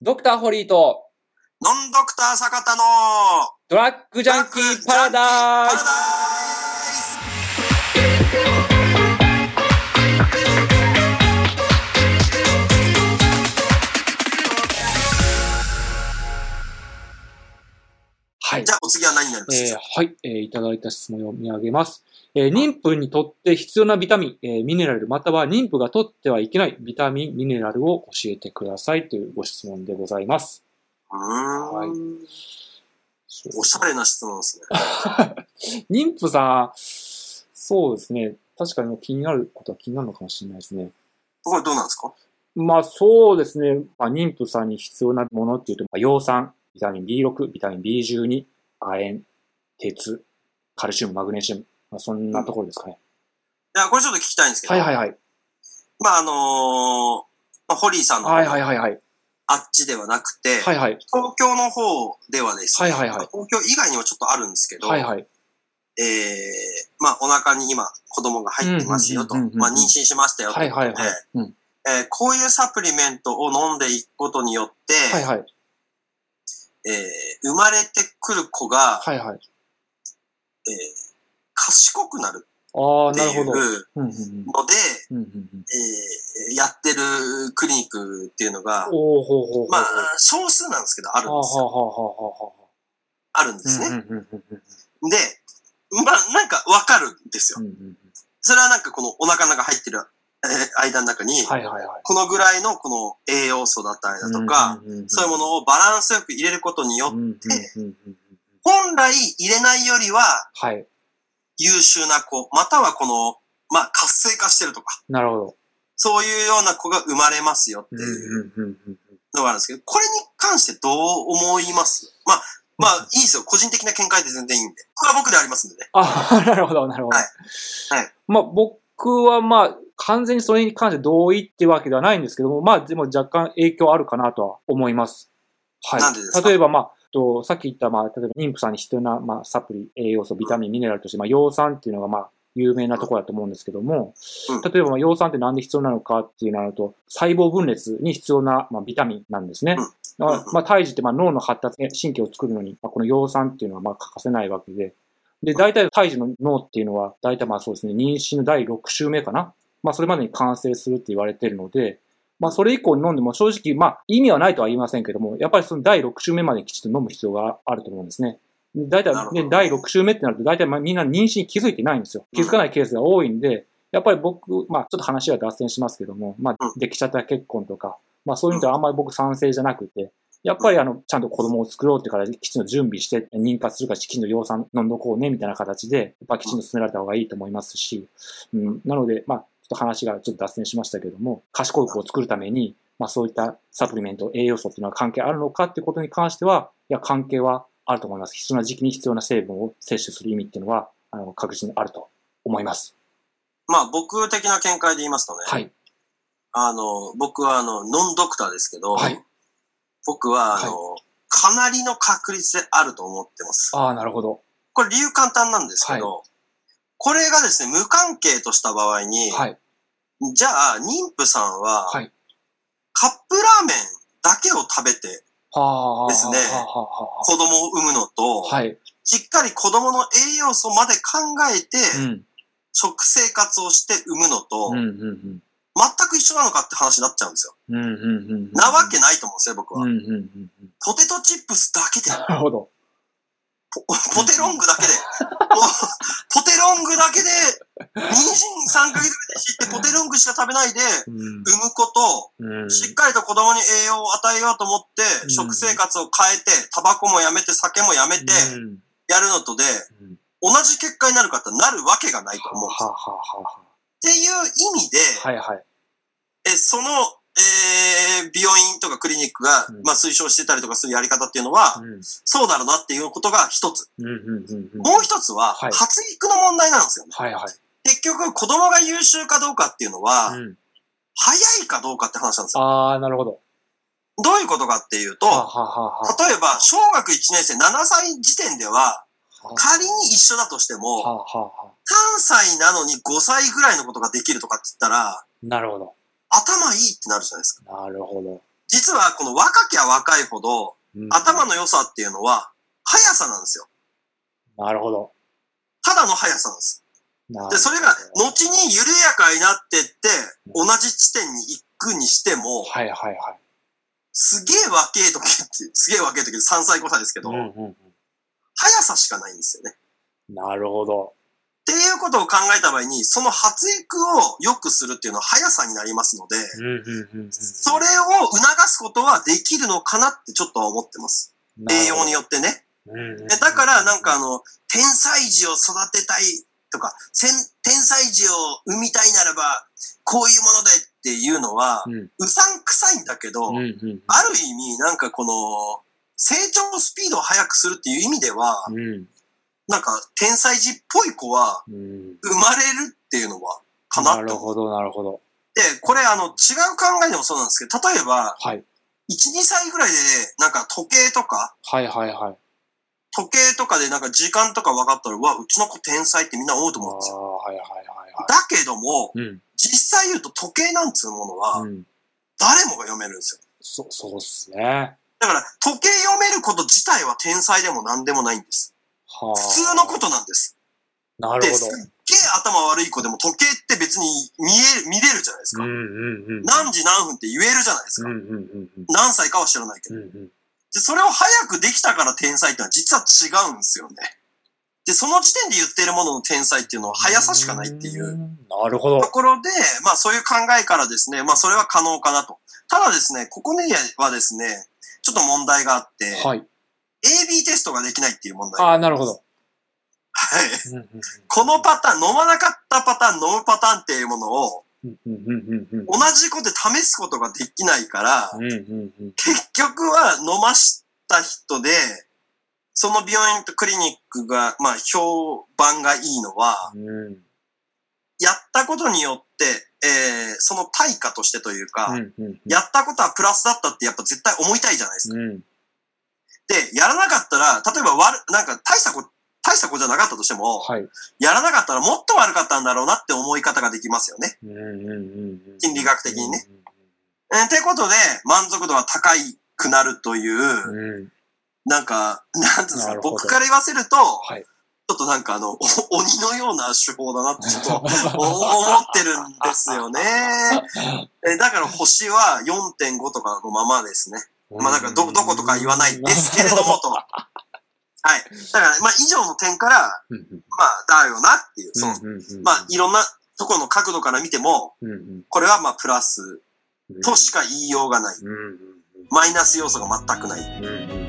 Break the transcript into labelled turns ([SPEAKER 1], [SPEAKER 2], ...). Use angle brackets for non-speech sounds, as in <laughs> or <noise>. [SPEAKER 1] ドクターホリーと、
[SPEAKER 2] ノンドクター坂田の
[SPEAKER 1] ドラッグジャンキーパラダイ
[SPEAKER 2] パラ
[SPEAKER 1] ス
[SPEAKER 2] ダイス
[SPEAKER 1] はい
[SPEAKER 2] じ。ゃあお次は何になります
[SPEAKER 1] えー
[SPEAKER 2] か、
[SPEAKER 1] はい、えーいただいた質問を読み上げます。えー妊婦にとって必要なビタミン、えーミネラル、または妊婦が取ってはいけないビタミン、ミネラルを教えてくださいというご質問でございます。
[SPEAKER 2] うーん、おしゃれな質問ですね。
[SPEAKER 1] <laughs> 妊婦さん、そうですね。確かに気になることは気になるのかもしれないですね。
[SPEAKER 2] これどうなんですか
[SPEAKER 1] まあそうですね。まあ、妊婦さんに必要なものっていうと、まあ、葉酸、ビタミン B6、ビタミン B12、亜鉛、鉄、カルシウム、マグネシウム。まあ、そんなところですかね。
[SPEAKER 2] いや、これちょっと聞きたいんですけど、
[SPEAKER 1] はいはいはい。
[SPEAKER 2] まああのーまあ、ホリーさんの、
[SPEAKER 1] はいはいはいはい。
[SPEAKER 2] あっちではなくて、
[SPEAKER 1] はいはい。
[SPEAKER 2] 東京の方ではですね、
[SPEAKER 1] はいはいはい
[SPEAKER 2] 東京以外にもちょっとあるんですけど、
[SPEAKER 1] はいはい。
[SPEAKER 2] えーまあお腹に今子供が入ってますよと、
[SPEAKER 1] うんうんうんうんうん
[SPEAKER 2] まあ妊娠しましたよと、
[SPEAKER 1] はいはいはい。うん。
[SPEAKER 2] えーこういうサプリメントを飲んでいくことによって、
[SPEAKER 1] はいはい。
[SPEAKER 2] えー生まれてくる子が、
[SPEAKER 1] はいはい。
[SPEAKER 2] えー賢くなる
[SPEAKER 1] ああ、
[SPEAKER 2] って
[SPEAKER 1] なる
[SPEAKER 2] い
[SPEAKER 1] ほ
[SPEAKER 2] う
[SPEAKER 1] ど。
[SPEAKER 2] ので、
[SPEAKER 1] うんうんうん。うんうんうん。
[SPEAKER 2] えーやってるクリニックっていうのが、
[SPEAKER 1] おおほうほうほう。
[SPEAKER 2] まあ、少数なんですけど、ある
[SPEAKER 1] はあ
[SPEAKER 2] ん
[SPEAKER 1] はあ
[SPEAKER 2] ですよ。
[SPEAKER 1] はあはあはあ。
[SPEAKER 2] あるんで
[SPEAKER 1] うんうん
[SPEAKER 2] すね。
[SPEAKER 1] うんうんうん
[SPEAKER 2] で、まあ、なんかわかるんですよ
[SPEAKER 1] う。んうん
[SPEAKER 2] それはなんかこのお腹の中入ってる、えー間の中に、
[SPEAKER 1] うん。はいはいはい。
[SPEAKER 2] このぐらいのこの栄養素だったりだとか、
[SPEAKER 1] んんんん、
[SPEAKER 2] そういうものをバランスよく入れることによって、
[SPEAKER 1] うんうんうんうんうん
[SPEAKER 2] 本来入れないよりは
[SPEAKER 1] はい。
[SPEAKER 2] 優秀な子、またはこの、まあ、活性化してるとか、
[SPEAKER 1] なるほど。
[SPEAKER 2] そういうような子が生まれますよって
[SPEAKER 1] うん
[SPEAKER 2] いう
[SPEAKER 1] うんうんうん
[SPEAKER 2] のがあるんですけど、これに関してどう思いますまあ、まあ、いいですよ。個人的な見解で全然いいんで。これは僕でありますんでね。
[SPEAKER 1] あ、 <laughs> なるほど、なるほど。
[SPEAKER 2] はいはい
[SPEAKER 1] まあ、僕はまあ、完全にそれに関して同意ってわけではないんですけども、まあ、でも若干影響あるかなとは思います。はい。
[SPEAKER 2] なんでですか
[SPEAKER 1] 例えばまあ、とさっき言った、まあ、例えば妊婦さんに必要な、まあ、サプリ、栄養素、ビタミン、ミネラルとして、まあ、葉酸っていうのが、まあ、有名なところだと思うんですけども
[SPEAKER 2] うん、
[SPEAKER 1] 例えば、まあ葉酸ってなんで必要なのかっていうのと、細胞分裂に必要な、まあ、ビタミンなんですね
[SPEAKER 2] うん。
[SPEAKER 1] だから
[SPEAKER 2] うんうん
[SPEAKER 1] まあ、胎児って、まあ、脳の発達、神経を作るのに、まあ、この葉酸っていうのは、まあ、欠かせないわけで、で、大体胎児の脳っていうのは、大体まあそうですね、妊娠の第6週目かな。まあそれまでに完成するって言われてるので、まあそれ以降に飲んでも正直、まあ意味はないとは言いませんけども、やっぱりその第6週目まできちっと飲む必要があると思うんですね。で大体
[SPEAKER 2] なるほど
[SPEAKER 1] ね、第6週目ってなると大体まあみんな妊娠に気づいてないんですよ。気づかないケースが多いんで、やっぱり僕、まあちょっと話は脱線しますけども、まあ
[SPEAKER 2] う
[SPEAKER 1] できちゃった結婚とか、まあそういうのとあんまり僕賛成じゃなくて、やっぱりあの、ちゃんと子供を作ろうってから、きちんと準備して、妊活するから、きちんと養酸飲んどこうね、みたいな形で、やっぱきちんと進められた方がいいと思いますし、うん、なので、まあ、ちょっと話がちょっと脱線しましたけども、賢い子を作るために、まあそういったサプリメント、栄養素っていうのは関係あるのかっていうことに関しては、いや、関係はあると思います。必要な時期に必要な成分を摂取する意味っていうのは、あの、確実にあると思います。
[SPEAKER 2] まあ、僕的な見解で言いますとね、
[SPEAKER 1] はい。
[SPEAKER 2] あの、僕はあの、ノンドクターですけど、
[SPEAKER 1] はい。
[SPEAKER 2] 僕はあの、かなりの確率であると思ってます。
[SPEAKER 1] ああ、なるほど。
[SPEAKER 2] これ理由簡単なんですけど、これがですね、無関係とした場合に、
[SPEAKER 1] はい。
[SPEAKER 2] じゃあ、妊婦さんは、
[SPEAKER 1] はい
[SPEAKER 2] カップラーメンだけを食べて
[SPEAKER 1] はあ、はあ、
[SPEAKER 2] ですね
[SPEAKER 1] はあ、は
[SPEAKER 2] 子供を産むのと、
[SPEAKER 1] あ、はあ。はい。
[SPEAKER 2] しっかり子供の栄養素まで考えて、
[SPEAKER 1] うん。
[SPEAKER 2] 食生活をして産むのと、
[SPEAKER 1] うん、
[SPEAKER 2] 全
[SPEAKER 1] うん、うん。
[SPEAKER 2] く一緒なのかって話になっちゃうんですよ。
[SPEAKER 1] うんうんうんうん
[SPEAKER 2] なわけないと思うんですよ、僕は。
[SPEAKER 1] うんうんうんうん。
[SPEAKER 2] ポテトチップスだけで、
[SPEAKER 1] なるほど。
[SPEAKER 2] ポポテロングだけで、ポポテロングだけで、妊娠3ヶ月目で知ってポテロングしか食べないで、
[SPEAKER 1] うん
[SPEAKER 2] 産むこと、
[SPEAKER 1] うん
[SPEAKER 2] しっかりと子供に栄養を与えようと思って、
[SPEAKER 1] うん
[SPEAKER 2] 食生活を変えて、タバコもやめて、酒もやめて、
[SPEAKER 1] うん
[SPEAKER 2] やるのとで、
[SPEAKER 1] うん
[SPEAKER 2] 同じ結果になるかってなるわけがないと思うんです
[SPEAKER 1] はあはあはあは
[SPEAKER 2] っていう意味で、
[SPEAKER 1] あはいはい。
[SPEAKER 2] えその、えー病院とかクリニックが、
[SPEAKER 1] うん
[SPEAKER 2] まあ、推奨してたりとかするやり方っていうのは、
[SPEAKER 1] うん
[SPEAKER 2] そうだろうなっていうことが一つ。
[SPEAKER 1] うんうんうんうん
[SPEAKER 2] もう一つは、
[SPEAKER 1] はい
[SPEAKER 2] 発育の問題なんですよね。
[SPEAKER 1] はいはい。
[SPEAKER 2] 結局、子供が優秀かどうかっていうのは、
[SPEAKER 1] うん
[SPEAKER 2] 早いかどうかって話なんですよ。
[SPEAKER 1] ああ、なるほど。
[SPEAKER 2] どういうことかっていうと、
[SPEAKER 1] はあはあはあは
[SPEAKER 2] 例えば、小学1年生7歳時点では、
[SPEAKER 1] あ
[SPEAKER 2] 仮に一緒だとして
[SPEAKER 1] は
[SPEAKER 2] も、
[SPEAKER 1] あはあはあ
[SPEAKER 2] 3歳なのに5歳ぐらいのことができるとかって言ったら、
[SPEAKER 1] なるほど。
[SPEAKER 2] 頭いいってなるじゃないですか。
[SPEAKER 1] なるほど。
[SPEAKER 2] 実はこの若きゃ若いほど、
[SPEAKER 1] うん
[SPEAKER 2] 頭の良さっていうのは、速さなんですよ。
[SPEAKER 1] なるほど。
[SPEAKER 2] ただの速さなんです。
[SPEAKER 1] なるほ
[SPEAKER 2] で、
[SPEAKER 1] ど
[SPEAKER 2] それが、後に緩やかになってって、同じ地点に行くにしても、
[SPEAKER 1] はいはいはい。
[SPEAKER 2] すげえ若え時って、すげえ若え時で3歳5歳ですけど、
[SPEAKER 1] うんうん
[SPEAKER 2] 速さしかないんですよね。
[SPEAKER 1] うん、なるほど。
[SPEAKER 2] っていうことを考えた場合に、その発育を良くするっていうのは速さになりますので、
[SPEAKER 1] うんうんうんうん、
[SPEAKER 2] それを促すことはできるのかなってちょっとは思ってます。栄養によ
[SPEAKER 1] っ
[SPEAKER 2] ってね。
[SPEAKER 1] て。うんうんうん
[SPEAKER 2] えだから、なんかあ、の、天才児を育てたいとか、せん天才児を生みたいならば、こういうものでっていうのは、
[SPEAKER 1] うん
[SPEAKER 2] うさんくさいんだけど、
[SPEAKER 1] うん
[SPEAKER 2] あ
[SPEAKER 1] うんうん
[SPEAKER 2] る意味、なんかこの、成長スピードを速くするっていう意味では、
[SPEAKER 1] うん
[SPEAKER 2] なんか、天才児っぽい子は
[SPEAKER 1] うん、
[SPEAKER 2] 生まれるっていうのは、かな
[SPEAKER 1] な
[SPEAKER 2] って
[SPEAKER 1] る
[SPEAKER 2] 思っ
[SPEAKER 1] ほど、なるほど。
[SPEAKER 2] て、これ、あの、違う考えでもそうなんですけど、例えば、
[SPEAKER 1] はい。
[SPEAKER 2] 1、2歳ぐらいで、なんか時計とか、
[SPEAKER 1] はいはいはい。
[SPEAKER 2] 時計とかでなんか時間とか分かったら、うわ、うちの子天才ってみんな思うと
[SPEAKER 1] あ
[SPEAKER 2] 思うんですよ
[SPEAKER 1] あ、はいはいはいは
[SPEAKER 2] だけども、
[SPEAKER 1] い。うん。
[SPEAKER 2] 実際言うと時計なんつうものは、
[SPEAKER 1] うん。
[SPEAKER 2] 誰もが読めるんですよ。
[SPEAKER 1] そ、そうっすね。
[SPEAKER 2] だから、時計読めること自体は天才でも何でもないんです。
[SPEAKER 1] はあ。
[SPEAKER 2] 普通のことなんです。
[SPEAKER 1] なる
[SPEAKER 2] で、
[SPEAKER 1] ほ
[SPEAKER 2] すっげえ頭悪い子でも時計って別に見える、見れるじゃないです
[SPEAKER 1] ど。
[SPEAKER 2] か。
[SPEAKER 1] うんうんうん。
[SPEAKER 2] 何時何分って言えるじゃないです
[SPEAKER 1] う
[SPEAKER 2] か。
[SPEAKER 1] んうんうんうん。
[SPEAKER 2] 何歳かは知らないけ
[SPEAKER 1] う
[SPEAKER 2] ど。
[SPEAKER 1] んうん。
[SPEAKER 2] で、それを早くできたから天才ってのは実は違うんですよね。で、その時点で言ってるものの天才っていうのは速さしかないっていう。
[SPEAKER 1] ん。なるほど
[SPEAKER 2] と。ころで、まあそういう考えからですね、まあそれは可能かなと。ただですね、ここにはですね、ちょっと問題があって、
[SPEAKER 1] はい。
[SPEAKER 2] AB テストができないっていう問題。
[SPEAKER 1] ああ、なるほど。
[SPEAKER 2] はい
[SPEAKER 1] うんうんうん
[SPEAKER 2] このパターン、飲まなかったパターン、飲むパターンっていうものを、
[SPEAKER 1] うんうんうんうんうん。
[SPEAKER 2] 同じことで試すことができないから、
[SPEAKER 1] うんうんうん。
[SPEAKER 2] 結局は飲ました人で、その病院とクリニックが、まあ評判がいいのは、
[SPEAKER 1] うん。うん
[SPEAKER 2] やったことによって、えー、その対価としてというか、
[SPEAKER 1] うんうん。
[SPEAKER 2] やったことはプラスだったってやっぱ絶対思いたいじゃないです
[SPEAKER 1] う
[SPEAKER 2] か。
[SPEAKER 1] ん。
[SPEAKER 2] で、やらなかったら、例えば悪、なんか大した子、大した子じゃなかったとしても、
[SPEAKER 1] はい。
[SPEAKER 2] やらなかったらもっと悪かったんだろうなって思い方ができますよね。
[SPEAKER 1] うんうんうんうん。
[SPEAKER 2] 心理学的にね。えー、ってことで、満足度が高いくなるとい
[SPEAKER 1] う
[SPEAKER 2] う、
[SPEAKER 1] ん。うん。
[SPEAKER 2] なんか、なんつうんで
[SPEAKER 1] な
[SPEAKER 2] すか、
[SPEAKER 1] るほど
[SPEAKER 2] 僕から言わせると、
[SPEAKER 1] はい
[SPEAKER 2] ちょっとなんかあの、お鬼のような手法だなってちょっと思ってるんです
[SPEAKER 1] <laughs>
[SPEAKER 2] よね。えーだから星は4.5とかのままですね。まあなんかど、どことか言わないですけれども <laughs> と。はい。だから、まあ以上の点から、
[SPEAKER 1] うんうん。
[SPEAKER 2] まあだよなっていう、その、
[SPEAKER 1] うんうんうん
[SPEAKER 2] まあいろんなところの角度から見ても、
[SPEAKER 1] うんうん
[SPEAKER 2] これはまあプラス
[SPEAKER 1] うん
[SPEAKER 2] としか言いようがない。
[SPEAKER 1] うんうん
[SPEAKER 2] マイナス要素が全くない。
[SPEAKER 1] うんうんうん